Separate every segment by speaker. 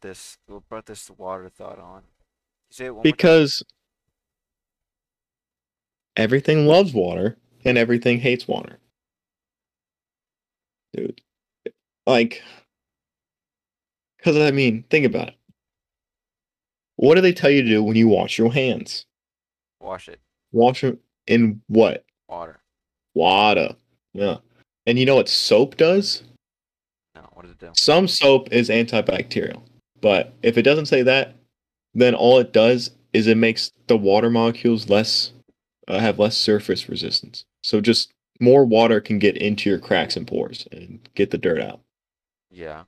Speaker 1: this what brought this water thought on? You say it one more time?
Speaker 2: because everything loves water and everything hates water. Dude, like, because I mean, think about it. What do they tell you to do when you wash your hands?
Speaker 1: wash it.
Speaker 2: Wash them in what?
Speaker 1: Water.
Speaker 2: Water. Yeah. And you know what soap does?
Speaker 1: No, what does it do?
Speaker 2: Some soap is antibacterial, but if it doesn't say that, then all it does is it makes the water molecules less uh, have less surface resistance. So just more water can get into your cracks and pores and get the dirt out.
Speaker 1: Yeah.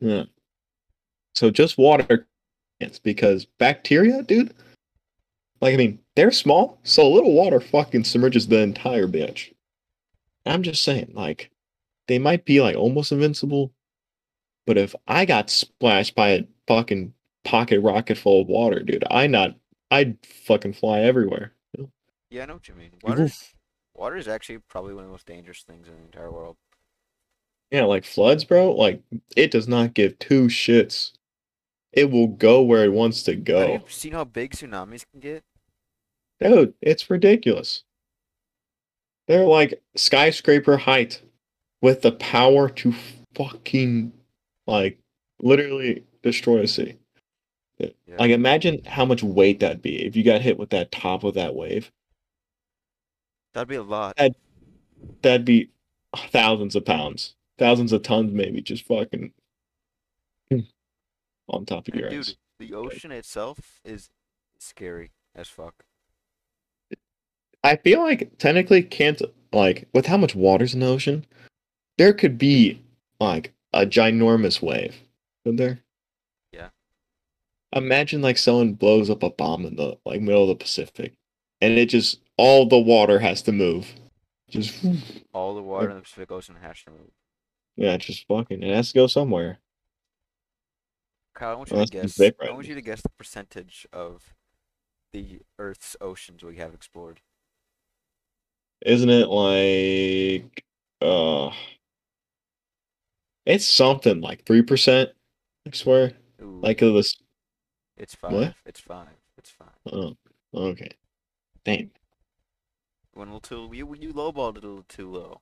Speaker 2: Yeah. So just water it's because bacteria, dude. Like I mean, they're small, so a little water fucking submerges the entire bitch. I'm just saying, like, they might be like almost invincible, but if I got splashed by a fucking pocket rocket full of water, dude, I not I'd fucking fly everywhere.
Speaker 1: Yeah, I know what you mean.
Speaker 2: will-
Speaker 1: Water's water is actually probably one of the most dangerous things in the entire world.
Speaker 2: Yeah, like floods, bro. Like it does not give two shits. It will go where it wants to go.
Speaker 1: Have you seen how big tsunamis can get?
Speaker 2: Dude, it's ridiculous. They're like skyscraper height with the power to fucking like literally destroy a city.
Speaker 1: Yeah.
Speaker 2: Like imagine how much weight that'd be if you got hit with that top of that wave.
Speaker 1: That'd be a lot.
Speaker 2: That- That'd be thousands of pounds, thousands of tons maybe just fucking on top of your ass.
Speaker 1: Hmm. Dude, the ocean itself is scary as fuck.
Speaker 2: I feel like technically can't like with how much water's in the ocean, there could be like a ginormous wave, could there?
Speaker 1: Yeah.
Speaker 2: Imagine like someone blows up a bomb in the like middle of the Pacific, and it just all the water has to move, just
Speaker 1: All the water in the Pacific Ocean has to move.
Speaker 2: yeah, just fucking it has to go somewhere.
Speaker 1: Kyle, I want you
Speaker 2: Well,
Speaker 1: to guess.
Speaker 2: that's pretty
Speaker 1: I want
Speaker 2: frightening.
Speaker 1: you to guess the percentage of the Earth's oceans we have explored.
Speaker 2: Isn't it like uh, it's something like three percent. I swear,
Speaker 1: Ooh,
Speaker 2: like of this
Speaker 1: it's five.
Speaker 2: what?
Speaker 1: It's five. It's five.
Speaker 2: Oh, okay. Damn.
Speaker 1: Went a little too. You you lowballed it a little too low.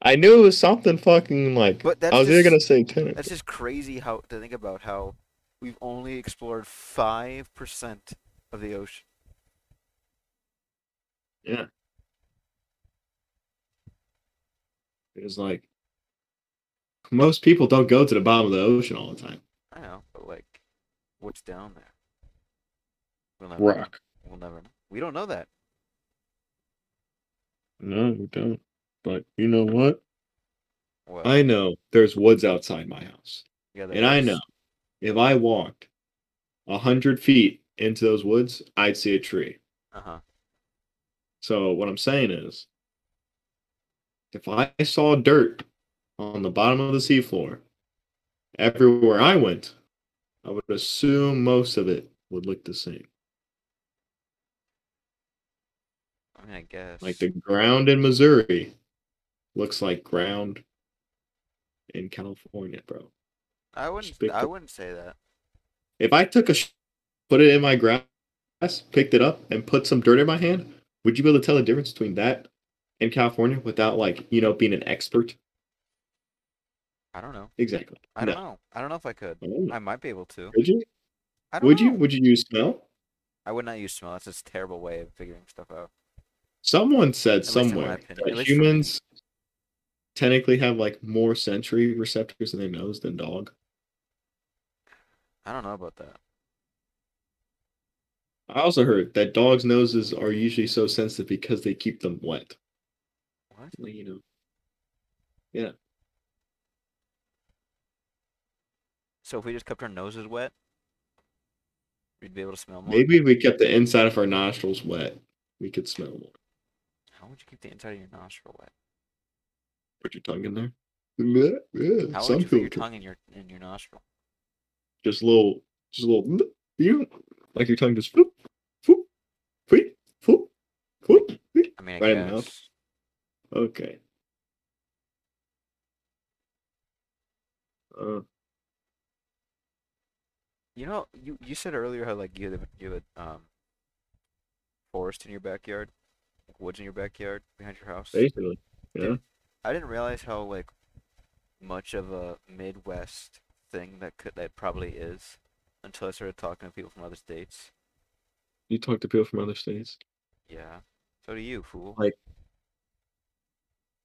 Speaker 2: I knew it was something fucking like.
Speaker 1: But that's
Speaker 2: I was either
Speaker 1: just,
Speaker 2: gonna say ten.
Speaker 1: that's just crazy how to think about how we've only explored five percent of the ocean.
Speaker 2: It's like most people don't go to the bottom of the ocean all the time.
Speaker 1: I know, but like, what's down there? We'll never. know.
Speaker 2: Rock.
Speaker 1: We'll never. Know. We don't know that.
Speaker 2: No, we don't. But you know what?
Speaker 1: Well,
Speaker 2: I know there's woods outside my house,
Speaker 1: yeah, there
Speaker 2: and I
Speaker 1: is.
Speaker 2: know if I walked a hundred feet into those woods, I'd see a tree.
Speaker 1: Uh-huh.
Speaker 2: So what I'm saying is, if I saw dirt on the bottom of the seafloor, everywhere I went, I would assume most of it would look the same.
Speaker 1: I mean, I guess.
Speaker 2: Like the ground in Missouri looks like ground in California, bro.
Speaker 1: I wouldn't.
Speaker 2: big
Speaker 1: I
Speaker 2: th-
Speaker 1: wouldn't say that.
Speaker 2: If I took a sh- put it in my grass, picked it up, and put some dirt in my hand, would you be able to tell the difference between that and California without like, you know, being an expert?
Speaker 1: I don't know.
Speaker 2: Exactly.
Speaker 1: I don't
Speaker 2: No.
Speaker 1: know. I don't know if I could.
Speaker 2: I don't know.
Speaker 1: I might be able to.
Speaker 2: Would you?
Speaker 1: I don't
Speaker 2: Would
Speaker 1: know.
Speaker 2: you? Would you use smell?
Speaker 1: I would not use smell. That's just a terrible way of figuring stuff out.
Speaker 2: Someone said
Speaker 1: least in my
Speaker 2: somewhere
Speaker 1: opinion. At
Speaker 2: that
Speaker 1: least for me.
Speaker 2: humans technically have like more sensory receptors in their nose than dog.
Speaker 1: I don't know about that.
Speaker 2: I also heard that dogs' noses are usually so sensitive because they keep them wet.
Speaker 1: What?
Speaker 2: Like, you know,
Speaker 1: So if we just kept our noses wet, we'd be able to smell more.
Speaker 2: maybe if we kept the inside of our nostrils wet, we could smell more.
Speaker 1: How would you keep the inside of your nostril wet?
Speaker 2: Put your tongue in there. Yeah, yeah,
Speaker 1: How
Speaker 2: Some
Speaker 1: would you put your
Speaker 2: people
Speaker 1: tongue in your in your nostril?
Speaker 2: just little, just a little, you know, like your tongue just floop, floop, floop, floop, floop, floop.
Speaker 1: I mean, I
Speaker 2: Right in the mouth.
Speaker 1: guess.
Speaker 2: Okay. Uh,
Speaker 1: You know, you, you said earlier how like you had a, you had um forest in your backyard, like woods in your backyard behind your house.
Speaker 2: Basically. Yeah.
Speaker 1: I didn't realize how like much of a Midwest thing that could that probably is until I started talking to people from other states.
Speaker 2: You talk to people from other states.
Speaker 1: Yeah. So do you, fool.
Speaker 2: Like-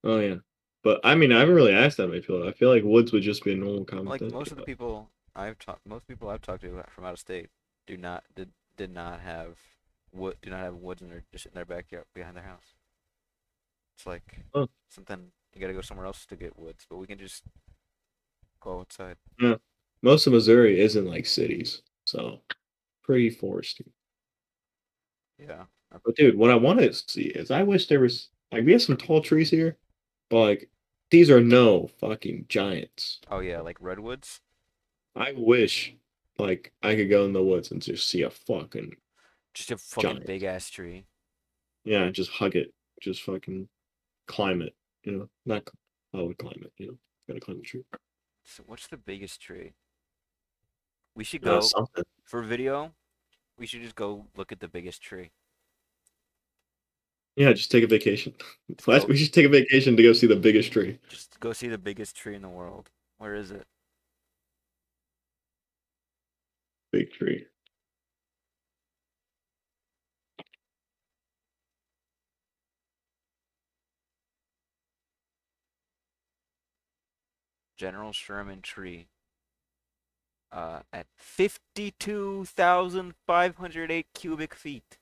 Speaker 2: Oh yeah. But I mean I haven't really asked that many people. I feel like woods would just be a normal comment.
Speaker 1: Like
Speaker 2: thing.
Speaker 1: most of the people I've talked, most people I've talked to from out of state do not did did not have wood do not have woods in their just in their backyard behind their house. It's like
Speaker 2: Huh.
Speaker 1: something you gotta go somewhere else to get woods, but we can just go outside.
Speaker 2: most of Missouri isn't like cities, so pretty foresty.
Speaker 1: Yeah. I-
Speaker 2: But dude, what I want to see is I wish there was like we have some tall trees here, but like these are no fucking giants.
Speaker 1: Oh yeah, like redwoods.
Speaker 2: I wish like I could go in the woods and just see a fucking
Speaker 1: Just a fucking
Speaker 2: Giant.
Speaker 1: big ass tree.
Speaker 2: yeah, just hug it, just fucking climb it, you know, not cl- I would climb it, you know, gotta climb the tree.
Speaker 1: So what's the biggest tree? We should
Speaker 2: Uh,
Speaker 1: go
Speaker 2: something.
Speaker 1: for video. We should just go look at the biggest tree.
Speaker 2: Yeah, just take a vacation.
Speaker 1: Let's
Speaker 2: Last,
Speaker 1: go-
Speaker 2: we should take a vacation to go see the biggest tree.
Speaker 1: Just go see the biggest tree in the world. Where is it?
Speaker 2: Big tree.
Speaker 1: General Sherman tree. Uh, at fifty-two thousand five hundred eight cubic feet,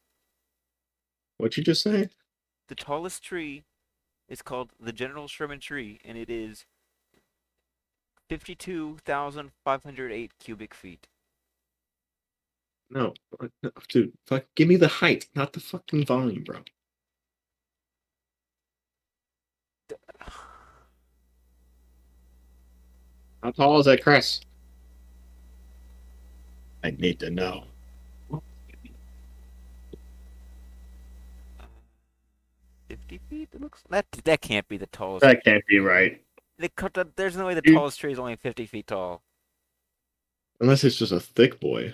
Speaker 2: What you just say?
Speaker 1: the tallest tree is called the General Sherman tree, and it is fifty-two thousand five hundred eight cubic feet.
Speaker 2: No, uh, no, dude, fuck, give me the height, not the fucking volume, bro. How tall is that crest? I need to know.
Speaker 1: Fifty feet? It looks that that can't be the tallest.
Speaker 2: That can't be right.
Speaker 1: They cut that- there's no way the
Speaker 2: You-
Speaker 1: tallest tree is only 50 feet tall.
Speaker 2: Unless it's just a thick boy.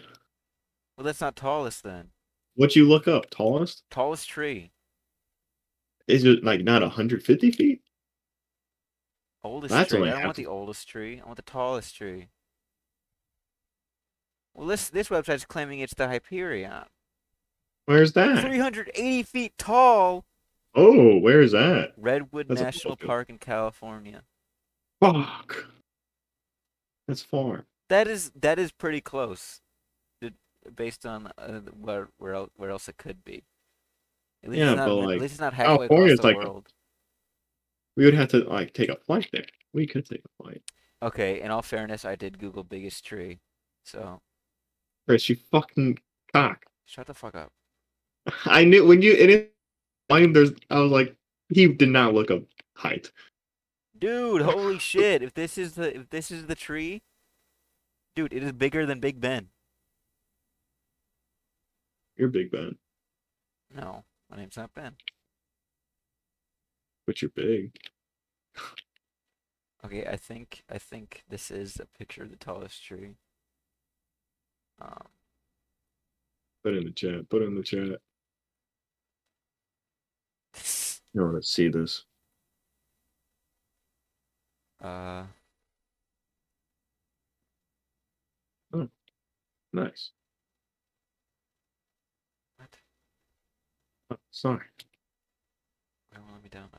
Speaker 1: Well, that's not tallest then.
Speaker 2: What you look up? Tallest?
Speaker 1: Tallest tree,
Speaker 2: Is it like not 150 feet?
Speaker 1: oldest
Speaker 2: That's
Speaker 1: tree.
Speaker 2: only
Speaker 1: I don't
Speaker 2: half
Speaker 1: want the oldest tree. I want the tallest tree. Well, this this website's claiming it's the Hyperion,
Speaker 2: Where's that?
Speaker 1: 380 feet tall,
Speaker 2: Oh, where is that?
Speaker 1: Redwood
Speaker 2: That's a
Speaker 1: National
Speaker 2: bullshit.
Speaker 1: Park in California.
Speaker 2: Fuck. That's far.
Speaker 1: That is that is pretty close, to- based on uh, where where else, where else it could be. At least
Speaker 2: Yeah,
Speaker 1: it's not,
Speaker 2: but,
Speaker 1: at
Speaker 2: like,
Speaker 1: least it's not halfway
Speaker 2: California's
Speaker 1: across the
Speaker 2: like-
Speaker 1: world.
Speaker 2: We would have to like take a flight there. We could take a flight.
Speaker 1: Okay, in all fairness, I did Google biggest tree, so
Speaker 2: Chris, you fucking cock.
Speaker 1: shut the fuck up.
Speaker 2: I knew when you and it mine there's I was like, he did not look up height.
Speaker 1: Dude, holy shit! If this is the if this is the tree, dude, it is bigger than Big Ben.
Speaker 2: You're big Ben,
Speaker 1: No, my name's not Ben.
Speaker 2: but you're big.
Speaker 1: Okay, I think I think this is a picture of the tallest tree. Um,
Speaker 2: Put it in the chat. Put it in the chat. You wanna see this.
Speaker 1: uh,
Speaker 2: Nice.
Speaker 1: what?
Speaker 2: Oh, sorry.
Speaker 1: Wait, won't let me down.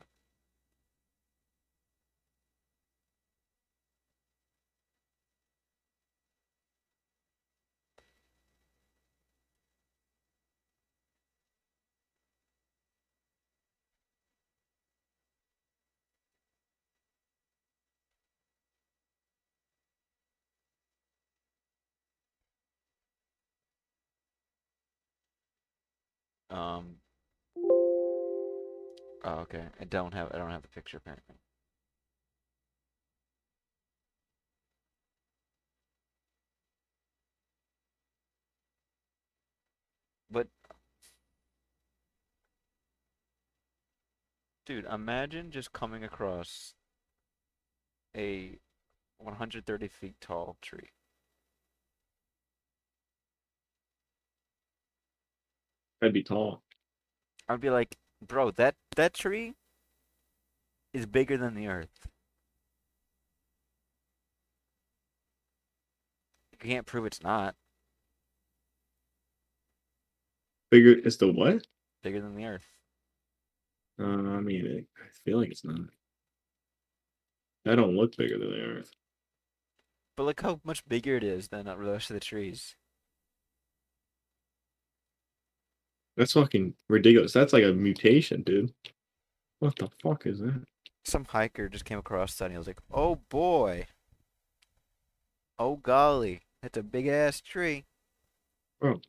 Speaker 1: Um. Oh, okay. I don't have I don't have the picture apparently. But dude, imagine just coming across a 130 feet tall tree.
Speaker 2: I'd be tall.
Speaker 1: I'd be like, bro, that that tree is bigger than the earth. You can't prove it's not
Speaker 2: Bigger is the what?
Speaker 1: bigger than the earth.
Speaker 2: Uh, I mean, it, I feel like it's not. I don't look bigger than the Earth.
Speaker 1: But look how much bigger it is than the rest of the trees.
Speaker 2: That's fucking ridiculous. That's like a mutation, dude. What the fuck is that?
Speaker 1: Some hiker just came across that and he was like, "Oh boy, oh golly, that's a big ass tree."
Speaker 2: Bro.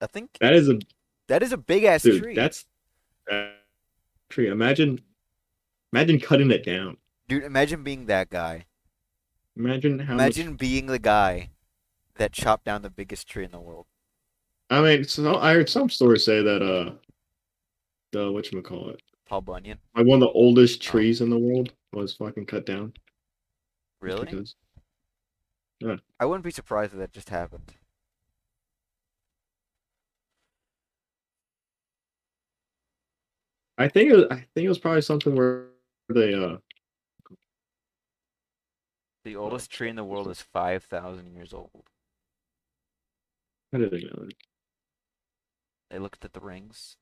Speaker 1: I think
Speaker 2: That is a
Speaker 1: that is a big ass
Speaker 2: dude.
Speaker 1: tree.
Speaker 2: That's that tree. Imagine, imagine cutting it down.
Speaker 1: Dude, imagine being that guy.
Speaker 2: Imagine how. much-
Speaker 1: Imagine being the guy that chopped down the biggest tree in the world.
Speaker 2: I mean, so I heard some stories say that uh, the what you call it,
Speaker 1: Paul Bunyan.
Speaker 2: like one of the oldest trees in the world was fucking cut down. just
Speaker 1: Really?
Speaker 2: Because
Speaker 1: I wouldn't be surprised if that just happened.
Speaker 2: I think it was, I think it was probably something where they uh
Speaker 1: The oldest tree in the world is 5,000 years old.
Speaker 2: how did they know that?
Speaker 1: They looked at the rings.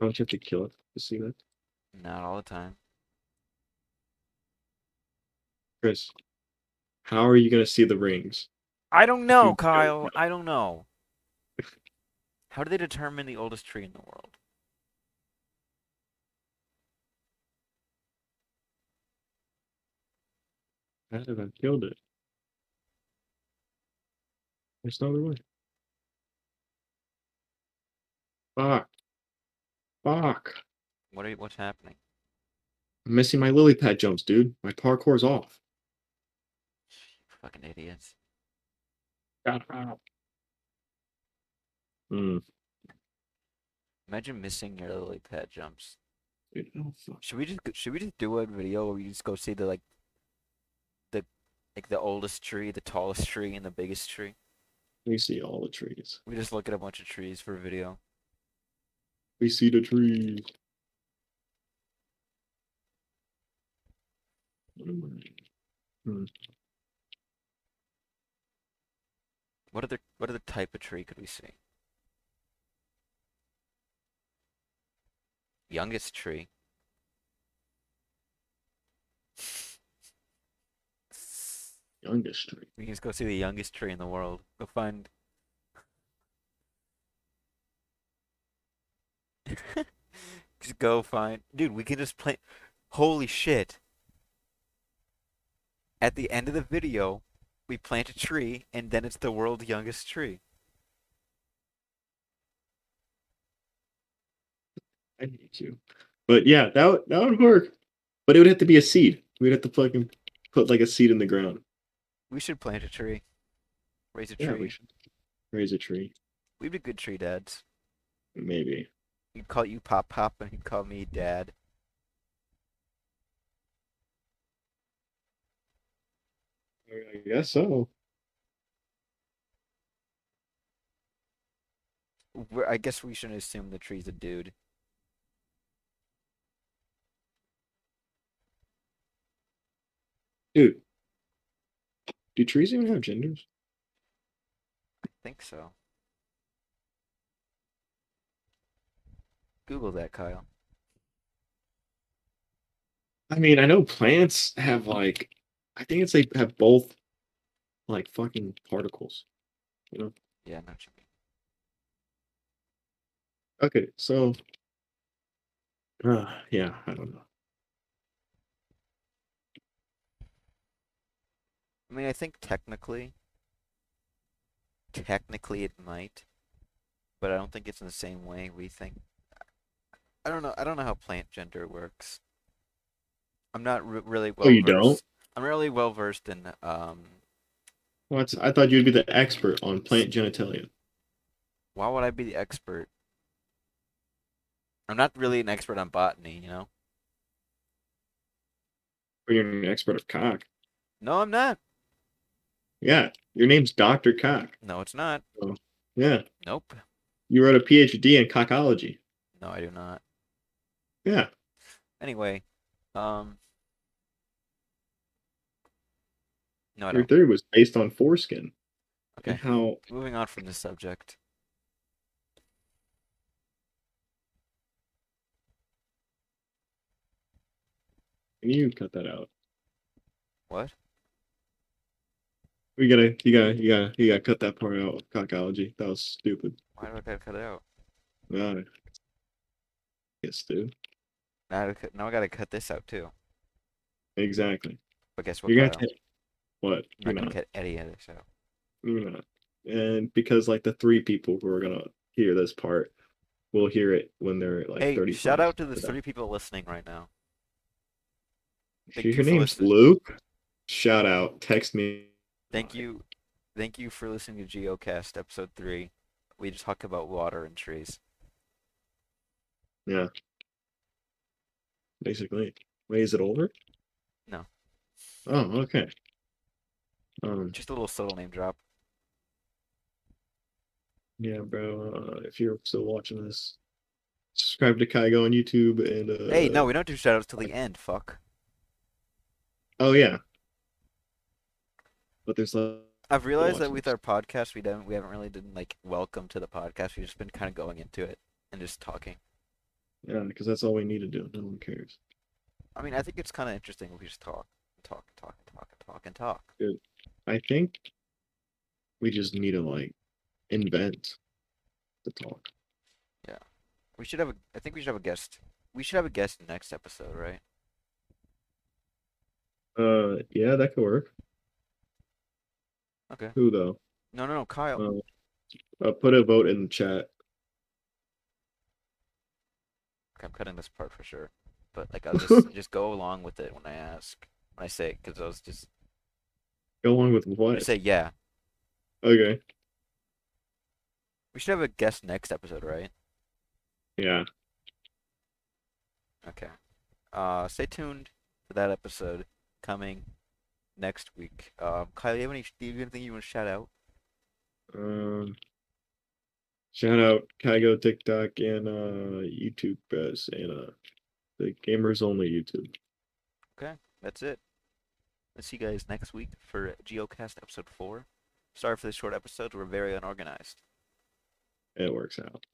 Speaker 2: Don't you have to kill it to see that?
Speaker 1: Not all the time.
Speaker 2: Chris, how are you gonna see the rings?
Speaker 1: I don't know,
Speaker 2: Dude,
Speaker 1: Kyle. I don't know. How do they determine the oldest tree in the world?
Speaker 2: How did I killed it? There's no other way. Fuck. Fuck.
Speaker 1: What are you, what's happening?
Speaker 2: I'm missing my lily pad jumps, dude. My parkour's off.
Speaker 1: Fucking idiots.
Speaker 2: God. ow. Mm.
Speaker 1: Imagine missing your lily pad jumps.
Speaker 2: Dude, oh, fuck.
Speaker 1: Should we just go- should we just do a video where we just go see the like the like the oldest tree, the tallest tree, and the biggest tree?
Speaker 2: We see all the trees.
Speaker 1: We just look at a bunch of trees for a video.
Speaker 2: We see the trees. What am I-
Speaker 1: What other what other type of tree could we see? Youngest tree.
Speaker 2: Youngest tree.
Speaker 1: We can just go see the youngest tree in the world. Go find. just go find. Dude, we can just play. Holy shit. At the end of the video, we plant a tree, and then it's the world's youngest tree.
Speaker 2: I hate you. But yeah, that would, that would work. But it would have to be a seed. We'd have to fucking put like a seed in the ground.
Speaker 1: We should plant a tree. Raise a
Speaker 2: Yeah,
Speaker 1: tree.
Speaker 2: we should raise a tree.
Speaker 1: We'd be good tree dads.
Speaker 2: Maybe.
Speaker 1: You'd call you Pop Pop, and he'd call me Dad.
Speaker 2: I guess so.
Speaker 1: We're, I guess we shouldn't assume the tree's a dude.
Speaker 2: Dude. Do trees even have genders?
Speaker 1: think so. Google that, Kyle.
Speaker 2: I mean, I know plants have like I think it's they have both like fucking particles.
Speaker 1: Yeah, not you. mean.
Speaker 2: Okay, so uh, yeah, I don't know.
Speaker 1: I mean, I think technically, technically it might, but I don't think it's in the same way we think. I don't know. I don't know how plant gender works. I'm not re- really well.
Speaker 2: Oh, you don't?
Speaker 1: versed- I'm really well versed in um.
Speaker 2: What? I thought you'd be the expert on plant genitalia.
Speaker 1: Why would I be the expert? I'm not really an expert on botany, you know.
Speaker 2: You're an expert of cock.
Speaker 1: No, I'm not.
Speaker 2: Yeah, your name's Doctor Cock.
Speaker 1: No, it's not.
Speaker 2: Yeah,
Speaker 1: Nope.
Speaker 2: you wrote a PhD in cockology.
Speaker 1: No, I do not.
Speaker 2: Yeah,
Speaker 1: Anyway, um. No, I
Speaker 2: your
Speaker 1: don't.
Speaker 2: theory was based on foreskin.
Speaker 1: Okay.
Speaker 2: And how
Speaker 1: Moving on from this subject.
Speaker 2: can you cut that out?
Speaker 1: What?
Speaker 2: We gotta, you gotta, you gotta, you gotta cut that part out. Cockology. That was stupid.
Speaker 1: Why do I gotta cut it out?
Speaker 2: Nah. Yes, dude.
Speaker 1: Now I, cut- now I gotta cut this out too.
Speaker 2: Exactly.
Speaker 1: But guess what?
Speaker 2: You're gonna
Speaker 1: Kyle?
Speaker 2: take what? You're
Speaker 1: I'm not gonna
Speaker 2: not.
Speaker 1: cut any of this out.
Speaker 2: You're not. And because like the three people who are gonna hear this part will hear it when they're like
Speaker 1: hey,
Speaker 2: 35.
Speaker 1: shout out to the
Speaker 2: So
Speaker 1: three people listening right now.
Speaker 2: that-
Speaker 1: thank you
Speaker 2: Your
Speaker 1: for
Speaker 2: name's
Speaker 1: listening.
Speaker 2: Luke. Shout out. Text me.
Speaker 1: Thank
Speaker 2: Right.
Speaker 1: you, thank you for listening to GeoCast episode three. We just talk about water and trees.
Speaker 2: Basically. Wait, is it older?
Speaker 1: No.
Speaker 2: Oh, okay. Um.
Speaker 1: Just a little subtle name drop.
Speaker 2: Yeah, bro. Uh, if you're still watching this, subscribe to Kaigo on YouTube and. Uh,
Speaker 1: hey, no, we don't do shoutouts till the end. Fuck.
Speaker 2: Oh yeah. But there's like.
Speaker 1: I've realized that
Speaker 2: watching
Speaker 1: with
Speaker 2: this.
Speaker 1: our podcast, we don't, we haven't really done like welcome to the podcast. We've just been kind of going into it and just talking.
Speaker 2: Yeah, because that's all we need to do. No one cares.
Speaker 1: I mean, I think it's kind of interesting. if We just talk, and talk, and talk, and talk, and talk, and talk.
Speaker 2: I think we just need to like invent the talk.
Speaker 1: We should have a. I think we should have a guest. We should have a guest next episode, right?
Speaker 2: Uh, yeah, that could work.
Speaker 1: Okay.
Speaker 2: Who though?
Speaker 1: No, no, no, Kyle.
Speaker 2: Um, uh, put a vote in the chat.
Speaker 1: Okay, I'm cutting this part for sure, but like I'll just just go along with it when I ask, when I say, because I was just
Speaker 2: Go along with
Speaker 1: I
Speaker 2: what?
Speaker 1: say yeah.
Speaker 2: Okay.
Speaker 1: We should have a guest next episode, right?
Speaker 2: Yeah.
Speaker 1: Okay. Uh, stay tuned for that episode coming next week. Um, Kyle, do you have any? Do you have anything you want to shout out?
Speaker 2: Um. Shout out Kygo TikTok and uh YouTube guys and uh the gamers only YouTube.
Speaker 1: That's it. I'll see you guys next week for Geocast episode four. Sorry for this short episode. We're very unorganized.
Speaker 2: It works out.